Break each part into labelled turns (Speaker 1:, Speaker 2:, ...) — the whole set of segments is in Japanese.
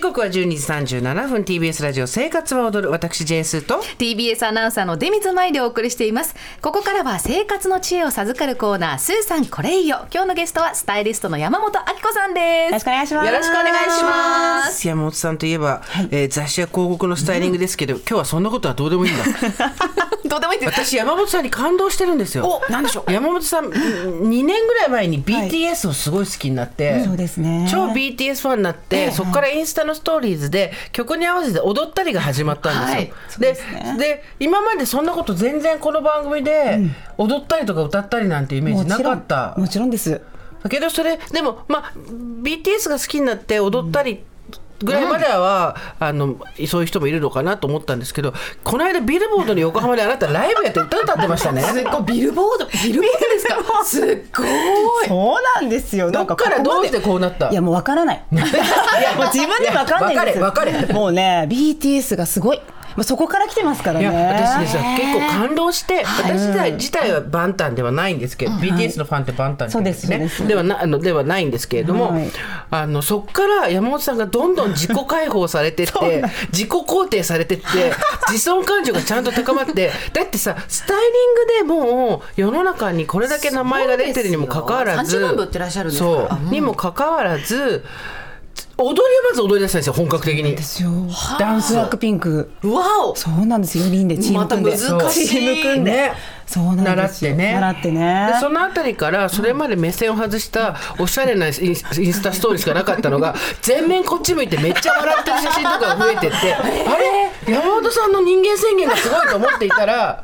Speaker 1: 刻は12時37分 TBS ラジオ生活は踊る私 JS と
Speaker 2: TBS アナウンサーの出水舞でお送りしていますここからは生活の知恵を授かるコーナースーさんこれいいよ今日のゲストはスタイリストの山本明子さんです
Speaker 3: よろしくお願いします
Speaker 2: よろしくお願いします
Speaker 1: す山本さんといえば、えー雑誌や広告のスタイリングですけど、今日はそんなことはどうで もいいんだ
Speaker 2: どうでもいいです
Speaker 1: 私山本さんに感動してるんですよ
Speaker 2: おなんでしょう
Speaker 1: 山本さん2年ぐらい前に
Speaker 3: はい
Speaker 1: BTS をすごい好きになって、
Speaker 3: そうですね
Speaker 1: 超 BTS ファンになって、そこからインスタのストーリーズで曲に合わせて踊ったりが始まったんですよ。
Speaker 3: はい
Speaker 1: で
Speaker 3: そうですね
Speaker 1: で今までそんなこと全然この番組で踊ったりとか歌ったりなんてイメー
Speaker 3: も
Speaker 1: ジな
Speaker 3: ち
Speaker 1: か
Speaker 3: ろ
Speaker 1: っ
Speaker 3: ん
Speaker 1: た。
Speaker 3: もちろんです
Speaker 1: だけどそれでもまあ BTS が好きになって踊ったりぐらいまでは、あのそういう人もいるのかなと思ったんですけどこの間ビルボードに横浜であなたライブやって歌歌ってましたね。
Speaker 2: すっごいビルボードビルボードですかすっごい
Speaker 3: そうなんですよ
Speaker 1: どっからどうしてこうなった
Speaker 3: いやもうわからない いやもう自分でわかんないんですよ
Speaker 1: わかれわかれ
Speaker 3: もうね BTS がすごい、まあ、そこから来てますから
Speaker 1: い
Speaker 3: ね
Speaker 1: や私ねさ結構感動して、私自体自体は万端ではないんですけど、BTS のファンって万端って言ん
Speaker 3: そうですそうです
Speaker 1: ではなあのではないんですけれども、
Speaker 3: はい
Speaker 1: あのそこから山本さんがどんどん自己解放され てって自己肯定されてって自尊感情がちゃんと高ま ってだってさスタイリングでもう世の中にこれだけ名前が出てるにもかかわらず
Speaker 2: そうですよ30万部売ってらっしゃるんですから
Speaker 1: そう、にもかかわらず踊りをまず踊り出したんですよ本格的に。
Speaker 3: ですよダンスブラックピンク
Speaker 2: わお
Speaker 3: そうなんです4人でチーム組んで、
Speaker 2: また難しい
Speaker 3: チーム組んで、
Speaker 1: ね
Speaker 3: そうなん
Speaker 1: 習
Speaker 3: で
Speaker 1: っ
Speaker 3: すよ
Speaker 1: てね
Speaker 3: 習ってね
Speaker 1: でそのあたりからそれまで目線を外したおしゃれなインインスタストーリーしかなかったのが全面こっち向いてめっちゃ笑ってる写真とかが増えてってあれ山本さんの人間宣言がすごいと思っていたら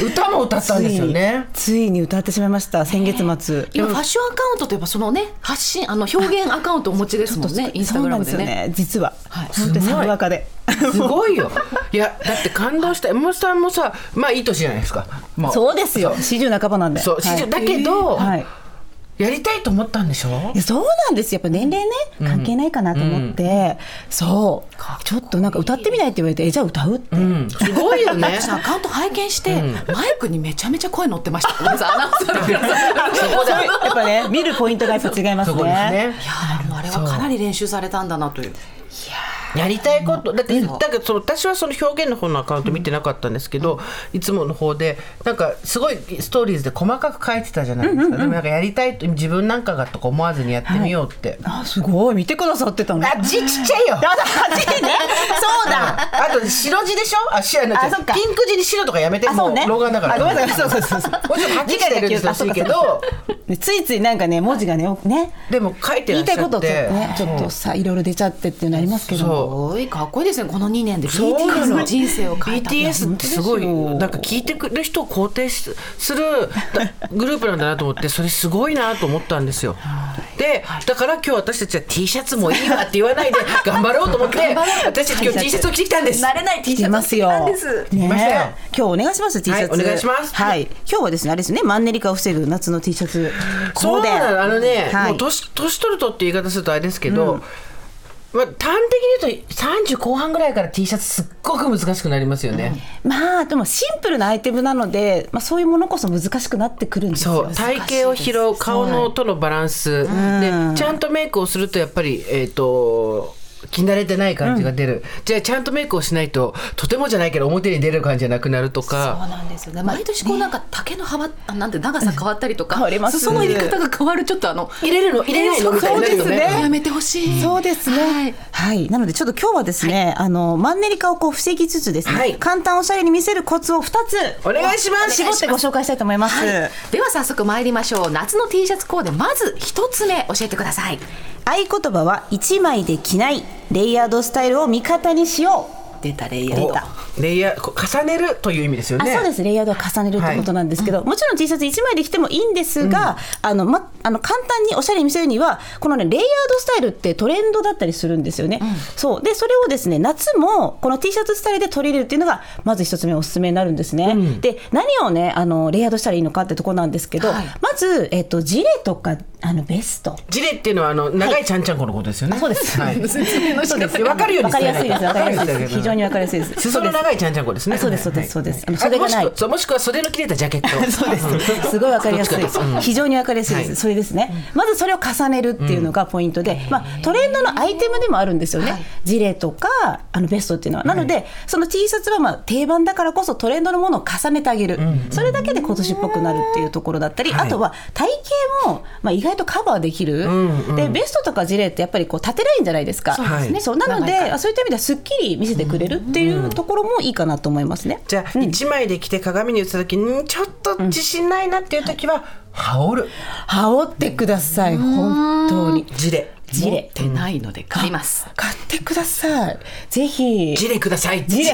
Speaker 1: 歌も歌ったんですよね。
Speaker 3: ついについに歌ってしまいました先月末
Speaker 2: 今ファッションアカウントといえばそのね発信あの表現アカウントお持ちですもんねインスタグラムで
Speaker 3: そうなん
Speaker 2: ね
Speaker 3: すよ実は、
Speaker 2: はい
Speaker 3: 本当
Speaker 1: すご
Speaker 3: に
Speaker 1: い
Speaker 3: サブアカです
Speaker 1: ごいよ。いやだって感動した山本さんもさまあいい年じゃないですか。まあ
Speaker 3: そうですよ四十半ばなんで
Speaker 1: そう
Speaker 3: はい
Speaker 1: 40だけど
Speaker 3: はい
Speaker 1: やりたいと思ったんでしょ
Speaker 3: いやそうなんですよやっぱ年齢ね関係ないかなと思って、そうちょっとなんか歌ってみないって言われてえじゃあ歌うって、
Speaker 1: うん、すごいよね。
Speaker 2: 私アカウント拝見して、マイクにめちゃめちゃ声乗ってました。ご めんなさいアナウンサーの皆さん。そこで。いや
Speaker 3: やっぱね見るポイントがやっぱ違います
Speaker 1: そこです
Speaker 3: ね
Speaker 1: ね。
Speaker 2: ーでもあれはかなり練習されたんだなという。
Speaker 1: やりたいことだって
Speaker 2: そう
Speaker 1: だけどその私はその表現の方のアカウント見てなかったんですけど、いつもの方でなんかすごいストーリーズで細かく書いてたじゃないですか、でもなんかやりたいと自分なんかがとか思わずにやってみようって、
Speaker 3: あすごい見てくださってたの
Speaker 1: あ字ちっちゃいよ
Speaker 3: だだ8ねそうだ
Speaker 1: あと白字でしょあ白の
Speaker 3: あそっか
Speaker 1: ピンク字に白とかやめて
Speaker 3: あ
Speaker 1: も
Speaker 3: そう
Speaker 1: う
Speaker 3: ね
Speaker 1: 老眼だから
Speaker 3: あごめんなさいそうそうそうそう
Speaker 1: もうちょっと8字でやるってほしいけど
Speaker 3: ねついついなんかね文字がねね
Speaker 1: でも書いてらっ
Speaker 3: 言
Speaker 1: し
Speaker 3: い
Speaker 1: たゃ
Speaker 3: いこと
Speaker 1: っ
Speaker 3: をちょってとねちょっとさいろいろ出ちゃってっていうのありますけど
Speaker 1: そう
Speaker 2: すごいかっこいいですね。この2年で
Speaker 1: そうな
Speaker 2: BTS の人生を変えた。
Speaker 1: BTS ってすごい
Speaker 3: 本当ですよ
Speaker 1: なんか聞いてくる人を肯定しするだグループなんだなと思ってそれすごいなと思ったんですよ。でだから今日私たちは T シャツもいいわって言わないで頑張ろうと思って私たち今日 T シャツを着てきたんです。
Speaker 2: 慣れない T
Speaker 3: 来
Speaker 2: シャ
Speaker 3: てま
Speaker 2: ツ
Speaker 3: すよ。ねえ
Speaker 1: ましたよ
Speaker 3: 今日お願いします T シャツ。
Speaker 1: はいお願いします
Speaker 3: はい。今日はですねあれですねマンネリ化を防ぐ夏の T シャツ。
Speaker 1: そう
Speaker 3: コーデ
Speaker 1: なのあのね、
Speaker 3: はい
Speaker 1: もう年年取るとっていう言い方するとあれですけど、まあ、端的に言うと30後半ぐらいから T シャツすっごく難しくなりますよね。
Speaker 3: まあでもシンプルなアイテムなので、まあそういうものこそ難しくなってくるんです
Speaker 1: そ
Speaker 3: よ。
Speaker 1: う体型を拾う顔のとのバランス、でちゃんとメイクをするとやっぱりえっ、と気慣れてない感じが出る、じゃあちゃんとメイクをしないととてもじゃないけど表に出る感じじゃなくなると
Speaker 2: そう
Speaker 1: か
Speaker 2: なんですよね。毎年こうなんか竹の幅あなんて長さ変わったりとか、
Speaker 3: 変わります
Speaker 2: 裾の入れ方が変わるちょっとあの
Speaker 1: 入れるの入れないのみたいになるよ
Speaker 3: そうですね
Speaker 1: ね。
Speaker 2: やめてほしい。
Speaker 3: そうですね、
Speaker 2: は
Speaker 3: はいい。なのでちょっと今日はですね、あのマンネリ化をこう防ぎつつですね、
Speaker 1: はい
Speaker 3: 簡単おしゃれに見せるコツを二つ
Speaker 1: お願いします
Speaker 3: 絞ってご紹介したいと思います。
Speaker 2: では早速参りましょう。夏の T シャツコーデまず一つ目教えてください。
Speaker 3: 合言葉は一枚で着ないレイヤードスタイルを味方にしよう。
Speaker 2: 出たレイヤ
Speaker 3: 出
Speaker 2: ー
Speaker 3: お。た
Speaker 1: レイヤーこう重ねるという意味ですよね。
Speaker 3: あそうですレイヤードは重ねるってことなんですけど、もちろん T シャツ1枚で着てもいいんですが、あのま、あの簡単におしゃれに見せるにはこのねレイヤードスタイルってトレンドだったりするんですよね、そうでそれをですね夏もこの T シャツスタイルで取り入れるっていうのがまず一つ目おすすめになるんですね、で何をねあのレイヤードしたらいいのかってとこなんですけど、
Speaker 2: はい
Speaker 3: まず、えっと、ジレとかあのベスト
Speaker 1: ジレっていうのはあの長いちゃんちゃんこのことですよね。
Speaker 3: そうです
Speaker 1: はい
Speaker 2: 説明の仕
Speaker 3: そうです
Speaker 2: 方
Speaker 1: わ
Speaker 2: が
Speaker 1: かるよう
Speaker 3: わ
Speaker 1: に
Speaker 3: かり
Speaker 1: 伝えな
Speaker 3: やすいですわかりやすいです非常にわかりやすいです
Speaker 1: 裾の長いちゃんちゃんこですね
Speaker 3: あそうです
Speaker 1: はい
Speaker 3: そうですそうです
Speaker 1: はい
Speaker 3: あの袖がな
Speaker 1: あ
Speaker 3: い
Speaker 1: もしくはそうもしくは袖の切れたジャ ケットそうです
Speaker 3: すごいわかりやすい
Speaker 1: どっちかですうん。
Speaker 3: 非常にわかりやすいです。
Speaker 1: はい
Speaker 3: それですね。まずそれを重ねるっていうのがポイントで、まあトレンドのアイテムでもあるんですよね。ジレとかあのベストっていうのは。なので、その T シャツはまあ定番だからこそトレンドのものを重ねてあげる。それだけで今年っぽくなるっていうところだったり、
Speaker 1: はい
Speaker 3: あとは体型もまあ意外とカバーできる。でベストとかジレってやっぱりこう縦ラインじゃないですか。
Speaker 1: うですね
Speaker 3: はいそうなので、あそういった意味ではすっきり見せてくれるっていうところもいいかなと思いますね。
Speaker 1: じゃあ、一枚で着て鏡に映った時にちょっと自信ないなっていう時は、羽織る
Speaker 3: 羽織ってください。本当に。
Speaker 1: ジレ
Speaker 3: ジ
Speaker 2: 持っ
Speaker 3: レ
Speaker 2: てないので買います。
Speaker 3: 買ってください。ぜひ。
Speaker 1: ジレください
Speaker 3: ジレ。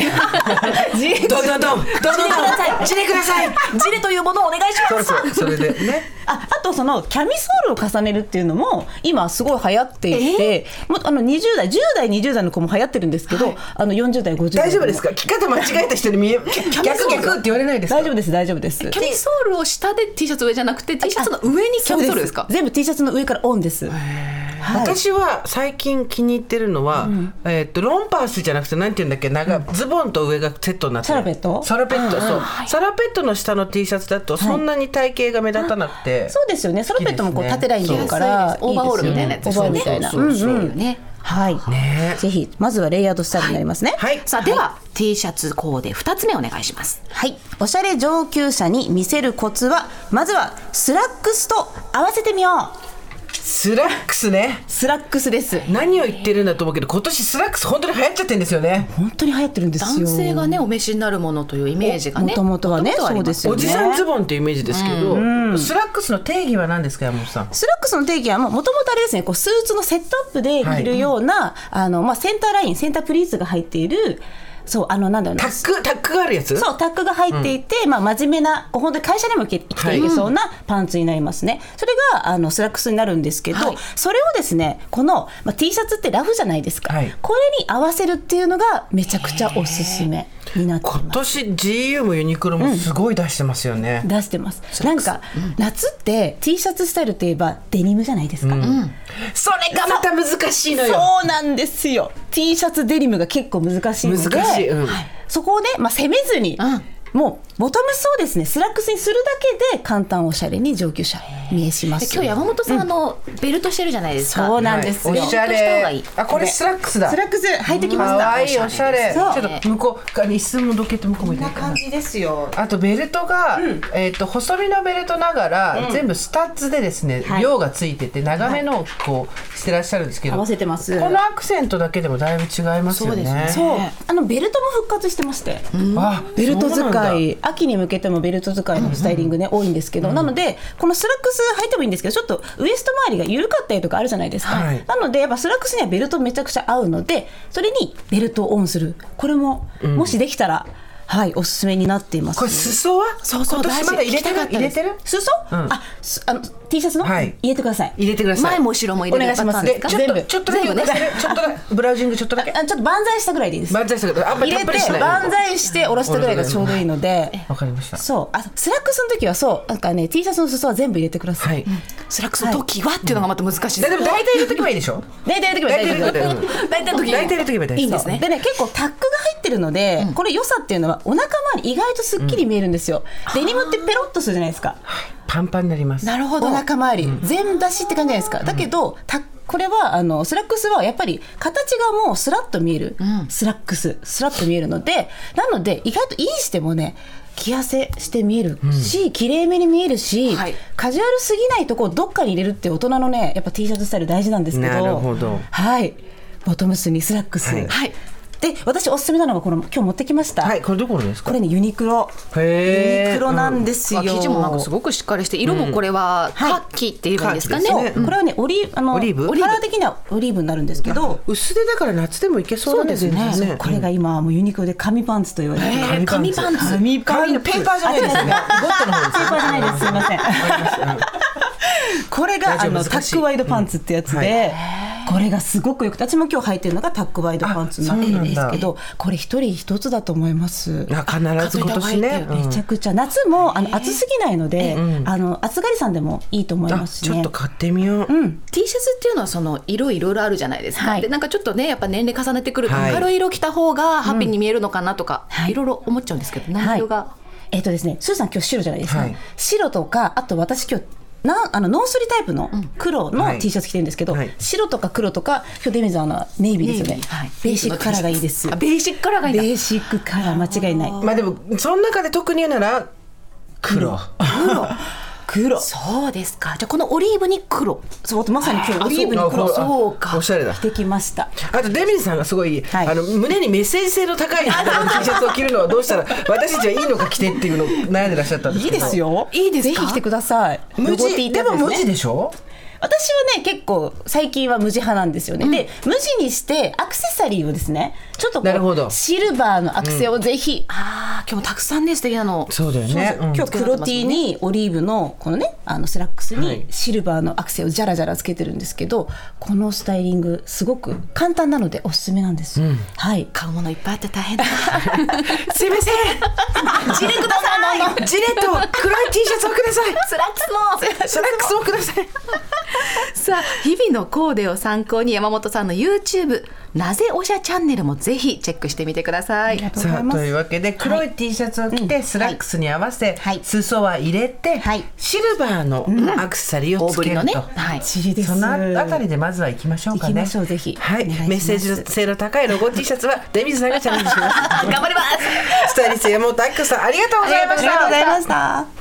Speaker 3: ジレ。
Speaker 1: どんどんどんどんどんどんジレください
Speaker 2: ジレというものをお願いし
Speaker 1: そ
Speaker 2: ま
Speaker 1: う
Speaker 2: す。
Speaker 1: そうそれでね
Speaker 3: ああとそのキャミソールを重ねるっていうのも今すごい流行っていて、もうあの20代10代20代の子も流行ってるんですけど、あの40代50代
Speaker 1: 大丈夫ですか着方間違えた人に見え逆逆って言われないですか
Speaker 3: 大丈夫です大丈夫です
Speaker 2: キャミソールを下で T シャツ上じゃなくて T シャツの上にキャミソールですか
Speaker 3: そう全部 T シャツの上からオンです、はい、
Speaker 1: 私は最近気に入ってるのは、えーっとロンパースじゃなくてなんて言うんだっけ長い、ズボンと上がセットになってる
Speaker 3: サラペット
Speaker 1: サラペットそう、サラペットの下の T シャツだとそんなに体型が目立たなくて、
Speaker 3: そうですよねソロペットもこう
Speaker 1: 好きですね
Speaker 3: 縦ラインにあるから
Speaker 2: そう
Speaker 3: いいです
Speaker 2: オーバー
Speaker 3: よね
Speaker 2: オールみたいなやつで
Speaker 3: オー
Speaker 2: す
Speaker 3: バーオ
Speaker 2: よ
Speaker 3: ール
Speaker 2: ね
Speaker 3: みたいな
Speaker 1: そうそうそう
Speaker 3: うんうん
Speaker 2: ね。
Speaker 3: はい、
Speaker 1: ね
Speaker 3: ぜひまずはレイヤードスタイルになりますね
Speaker 1: はい
Speaker 2: さあでは T シャツコーデ二つ目お願いします。
Speaker 3: はい、おしゃれ上級者に見せるコツはまずはスラックスと合わせてみよう
Speaker 1: スラックスね
Speaker 3: スラックスです
Speaker 1: 何を言ってるんだと思うけど今年スラックス本当に流行っちゃってるんですよね
Speaker 3: 本当に流行ってるんですよ
Speaker 2: 男性がねお召しになるものというイメージがね。
Speaker 3: もともとはね
Speaker 2: 元々あり
Speaker 3: そう
Speaker 2: ま
Speaker 3: ですよ
Speaker 1: お
Speaker 3: ね
Speaker 1: じさんズボンっていうイメージですけど、スラックスの定義は何ですか山本さん
Speaker 3: スラックスの定義はもともとあれですねこうスーツのセットアップで着るような、あのまあ、センターラインセンタープリーツが入っているそうあのなんだろうな
Speaker 1: タックタックがあるやつ
Speaker 3: そうタックが入っていて、まあ、真面目なこう本当に会社にも着て着ていけそうなパンツになりますね、それがあのスラックスになるんですけど、
Speaker 2: はい
Speaker 3: それをですねこの、まあ、T シャツってラフじゃないですか、
Speaker 1: はい
Speaker 3: これに合わせるっていうのがめちゃくちゃおすすめになってます
Speaker 1: 今年 GU もユニクロもすごい出してますよね、
Speaker 3: 出してますなんか、夏って T シャツスタイルといえばデニムじゃないですか、
Speaker 1: それがまた難しいのよ
Speaker 3: そうなんですよ T シャツデニムが結構難しいので
Speaker 1: 難しいうん
Speaker 3: はいそこをね、まあ、攻めずに、もうボトムスをですねスラックスにするだけで簡単おしゃれに上級者見えしま
Speaker 2: です今日山本さん、あのベルトしてるじゃないですか。
Speaker 3: そうなんですよ、
Speaker 1: はいおしゃ
Speaker 2: ちょっとした方が
Speaker 1: れ
Speaker 2: いい
Speaker 1: あこれスラックスだ
Speaker 3: スラックス履いてきました
Speaker 1: かわいいおしゃれ
Speaker 3: そう
Speaker 1: ちょっと向こうか椅子もどけて向こうもい
Speaker 3: こん
Speaker 1: た
Speaker 3: な感じですよ
Speaker 1: あとベルトが、えー、と細身のベルトながら、全部スタッズでですね、
Speaker 3: はい
Speaker 1: 量がついてて長めのをこうしてらっしゃるんですけど、
Speaker 3: 合わせてます
Speaker 1: このアクセントだけでもだいぶ違いますよね
Speaker 3: そうあのベルトも復活してまして、
Speaker 1: あ
Speaker 3: ベルト
Speaker 1: そう
Speaker 3: 使
Speaker 1: なんだ
Speaker 3: い秋に向けてもベルト使いのスタイリングね、多いんですけど、なのでこのスラックス履いてもいいんですけどちょっとウエスト周りが緩かったりとかあるじゃないですか、
Speaker 1: はい
Speaker 3: なのでやっぱスラックスにはベルトめちゃくちゃ合うのでそれにベルトをオンするこれも、もしできたらはいおすすめになっています
Speaker 1: これ裾は
Speaker 2: そうそう
Speaker 1: 今年まだ入れてる
Speaker 2: 大事
Speaker 1: 入れてる
Speaker 3: 裾、あすあの T シャツの、
Speaker 1: はい
Speaker 3: 入れてください
Speaker 1: 入れてください
Speaker 2: 前も後ろも入れる
Speaker 3: お願いします
Speaker 2: パターン
Speaker 1: で
Speaker 2: ですか
Speaker 1: ちょっとちょっ
Speaker 3: 全部
Speaker 1: とだけ
Speaker 2: 全部ね
Speaker 1: 浮かせるちょっとだけブラウジングちょっとだけ
Speaker 3: あちょっと万歳したぐらいでいいです
Speaker 1: 万歳したけどあんまり
Speaker 3: 入
Speaker 1: た
Speaker 3: れ
Speaker 1: ってぷりしない
Speaker 3: 万歳して下ろしたぐらいがちょうどいいので
Speaker 1: わかりました
Speaker 3: そうあスラックスの時はそうなんかね T シャツの裾は全部入れてくださ
Speaker 1: はいい
Speaker 2: スラックスの時はっていうのがまた難しいです。
Speaker 1: だでも大体入れとけばいいでしょ
Speaker 3: 大体入れてくださ
Speaker 1: 大体入れとけばいい
Speaker 2: 大
Speaker 3: い
Speaker 2: 体の時
Speaker 1: 大体入れとけばいい
Speaker 2: いいん
Speaker 1: で
Speaker 2: ですす
Speaker 3: で
Speaker 2: ね。
Speaker 3: ね結構タックが入ってるので、これ良さっていうのはお腹周り意外とすっきり見えるんですよ、デニムってペロッとするじゃないですか
Speaker 1: パンパンになります
Speaker 2: なるほ
Speaker 3: お
Speaker 2: ど。
Speaker 3: 腹周り、全出しって感じじゃないですかだけど、タッこれはあのスラックスはやっぱり形がもうスラッと見える、スラックススラッと見えるのでなので意外とインしてもね着痩せして見えるし、綺麗めに見えるし、
Speaker 2: はい
Speaker 3: カジュアルすぎないとこをどっかに入れるっていう大人のねやっぱ T シャツスタイル大事なんですけど
Speaker 1: なるほど
Speaker 3: はいボトムスにスラックス、
Speaker 1: はい
Speaker 2: はい。
Speaker 3: で私おすすめなのがこの今日持ってきました、
Speaker 1: はいこれどこのです
Speaker 3: こ
Speaker 1: か
Speaker 3: れねユニクロ
Speaker 1: へー
Speaker 3: ユニクロなんですよ、
Speaker 2: あ生地もなんかすごくしっかりして色もこれは
Speaker 3: はい
Speaker 2: カッキって言えばいいんですかね。
Speaker 1: カ
Speaker 3: そう
Speaker 1: ッキですね
Speaker 3: これはねオリあの
Speaker 1: オリーブ
Speaker 3: カラー的にはオリーブになるんですけど
Speaker 1: 薄手だから夏でもいけそうなんですよね
Speaker 3: そうこれが今もうユニクロで紙パンツと言われてる、
Speaker 2: えー紙パンツ。
Speaker 1: 紙パンツペーパーじゃないですよねゴッドの方
Speaker 3: ペーパーじゃないですすいませんこれ
Speaker 1: 大丈
Speaker 3: があ
Speaker 1: 夫難
Speaker 3: の
Speaker 1: しい
Speaker 3: タックワイドパンツってやつで、
Speaker 1: うんはい
Speaker 3: これがすごくよくて私も今日履いてるのがタックワイドパンツなん
Speaker 1: あそうなんだ
Speaker 3: ですけどこれ一人一つだと思います。
Speaker 1: あ必ず今年ね
Speaker 3: めちゃくちゃ夏もあの暑すぎないので、
Speaker 1: うん
Speaker 3: あの暑がりさんでもいいと思い
Speaker 1: あ
Speaker 3: ますし
Speaker 1: ち
Speaker 3: ね。
Speaker 1: ょっと買ってみよう、
Speaker 3: うん、
Speaker 2: T シャツっていうのはその色いろいろあるじゃないですか、
Speaker 3: はい
Speaker 2: でなんかちょっとねやっぱ年齢重ねてくると
Speaker 1: はい
Speaker 2: 明るい色着た方がハッピーに見えるのかなとか、い、ろいろ思っちゃうんですけど何色が、
Speaker 3: えっ、とですね、スーさん今日白じゃないですか。
Speaker 1: はい
Speaker 3: 白とかあと私今日なんあのノースリタイプの黒
Speaker 1: は
Speaker 3: の
Speaker 1: い
Speaker 3: T シャツ着てるんですけど、
Speaker 1: はい
Speaker 3: 白とか黒とか今日デミズあのネイビーですよね、
Speaker 2: はい
Speaker 3: ベーシックカラーがいいです
Speaker 2: あベーシックカラーがいいん
Speaker 3: ベ
Speaker 2: だ
Speaker 3: ーシックカラー間違いない
Speaker 1: まあでもその中で特に言うなら黒
Speaker 2: 黒
Speaker 3: 黒
Speaker 2: そうですかじゃあこのオリーブに黒
Speaker 3: そうまさに今日オリーブに
Speaker 1: あ
Speaker 3: 黒
Speaker 1: ああ
Speaker 2: そうか
Speaker 1: おしゃれだ
Speaker 3: 着てきました
Speaker 1: あとデミズさんがすごい、
Speaker 3: はい
Speaker 1: あの胸にメッセージ性の高い T シャツを着るのはどうしたら私たちはいいのか着てっていうのを悩んでらっしゃったんです
Speaker 3: いい
Speaker 1: けど
Speaker 3: ですよ
Speaker 2: いいですか
Speaker 3: ぜひ着てください
Speaker 1: 無
Speaker 3: ロゴ T
Speaker 1: 地でも無地でしょ
Speaker 3: 私はね結構最近は無地派なんですよね、で無地にしてアクセサリーをですねちょっとこう
Speaker 1: なるほど
Speaker 3: シルバーのアクセをぜひ、
Speaker 2: ああ今日もたくさんね素敵なの
Speaker 1: そうだよねうん
Speaker 3: 今日黒 T にオリーブのこのねあのスラックス
Speaker 1: はい
Speaker 3: にシルバーのアクセをジャラジャラつけてるんですけどこのスタイリングすごく簡単なのでおすすめなんです、はい
Speaker 2: 買うものいっぱいあって大変だ
Speaker 1: すいません
Speaker 2: ジレください
Speaker 1: ジレと黒い T シャツをくだ さい
Speaker 2: スラックスも
Speaker 1: スラックスをください
Speaker 2: さあ日々のコーデを参考に山本さんの YouTube「なぜおしゃチャンネル」もぜひチェックしてみてください。
Speaker 3: とうご
Speaker 1: さ
Speaker 3: ざい
Speaker 1: あ
Speaker 3: ます
Speaker 1: というわけで黒い T シャツを着て、スラックスに合わせ、
Speaker 3: はい
Speaker 1: 裾は入れて、
Speaker 3: はい
Speaker 1: シルバーのアクセサリーを
Speaker 2: 大
Speaker 1: つ
Speaker 2: ぶ
Speaker 1: け
Speaker 2: り
Speaker 1: る
Speaker 2: の
Speaker 1: と、
Speaker 2: ね、はい、
Speaker 3: チリです
Speaker 1: そのあたりでまずは行きましょうかね
Speaker 3: 行きましょうぜひ
Speaker 1: はい
Speaker 3: お願いします
Speaker 1: メッセージ性の高いロゴ T シャツはデビズさんがチャレンジします
Speaker 2: 頑張ります
Speaker 1: スタイリスト山本明子さんありがとうございまし
Speaker 3: ありがとう
Speaker 1: た
Speaker 3: ございました